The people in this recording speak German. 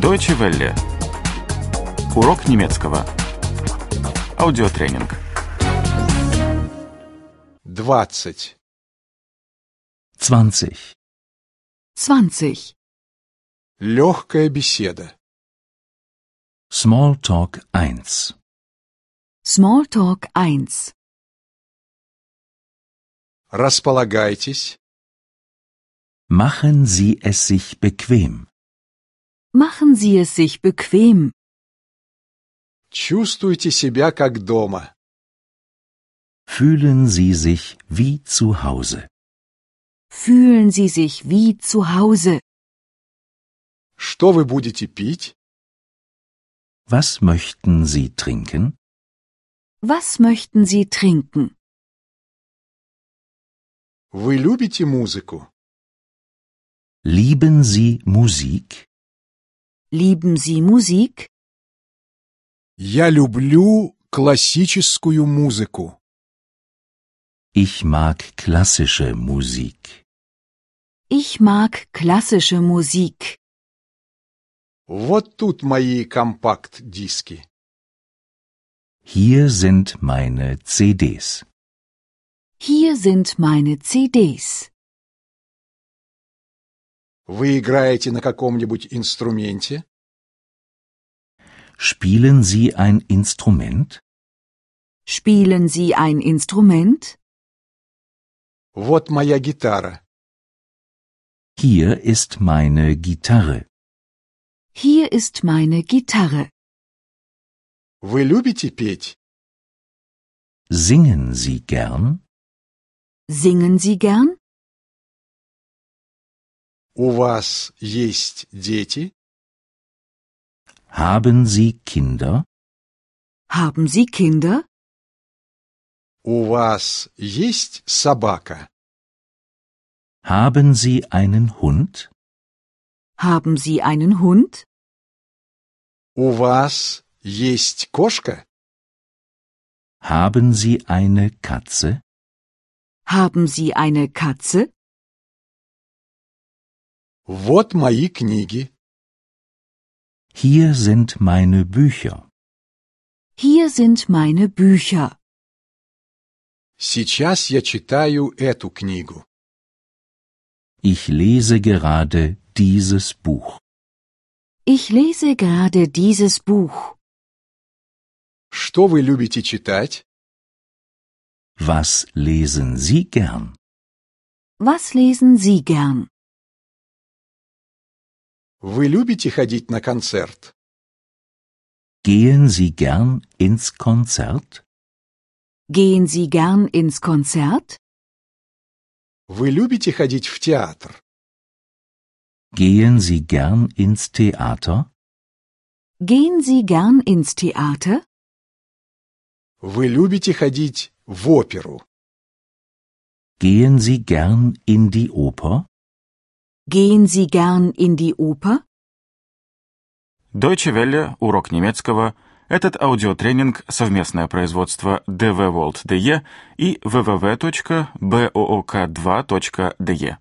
Deutsche Welle. Урок немецкого. Аудиотренинг. 20. 20. 20. Легкая беседа. Smalltalk 1. Smalltalk 1. Располагайтесь. Machen Sie es sich bequem. Machen Sie es sich bequem. Чувствуйте себя как дома. Fühlen Sie sich wie zu Hause. Fühlen Sie sich wie zu Hause. Что вы будете пить? Was möchten Sie trinken? Was möchten Sie trinken? Вы любите музыку? Lieben Sie Musik? Lieben Sie Musik? Я люблю классическую музыку. Ich mag klassische Musik. Ich mag klassische Musik. Вот тут мои компакт-диски. Hier sind meine CDs. Hier sind meine CDs. Вы играете на каком-нибудь инструменте? Spielen Sie ein Instrument? Spielen Sie ein Instrument? Вот моя гитара. Hier ist meine Gitarre. Hier ist meine Gitarre. Вы любите петь? Singen Sie gern? Singen Sie gern? У вас есть дети? Haben Sie Kinder? Haben Sie Kinder? У вас есть собака? Haben Sie einen Hund? Haben Sie einen Hund? У вас есть кошка? Haben Sie eine Katze? Haben Sie eine Katze? Вот мои книги. Hier sind meine Bücher. Hier sind meine Bücher. Сейчас я читаю эту книгу. Ich lese gerade dieses Buch. Ich lese gerade dieses Buch. Что вы любите читать? Was lesen Sie gern? Was lesen Sie gern? Вы любите ходить на концерт? Gehen Sie gern ins Konzert? Gehen Sie gern ins Konzert? Вы любите ходить в театр? Gehen Sie gern ins Theater? Gehen Sie gern ins Theater? Вы любите ходить в оперу? Gehen Sie gern in die Oper? Gehen Sie gern in die Oper? Deutsche Welle. Урок немецкого. Этот аудиотренинг – совместное производство DW World DE и www.book2.de.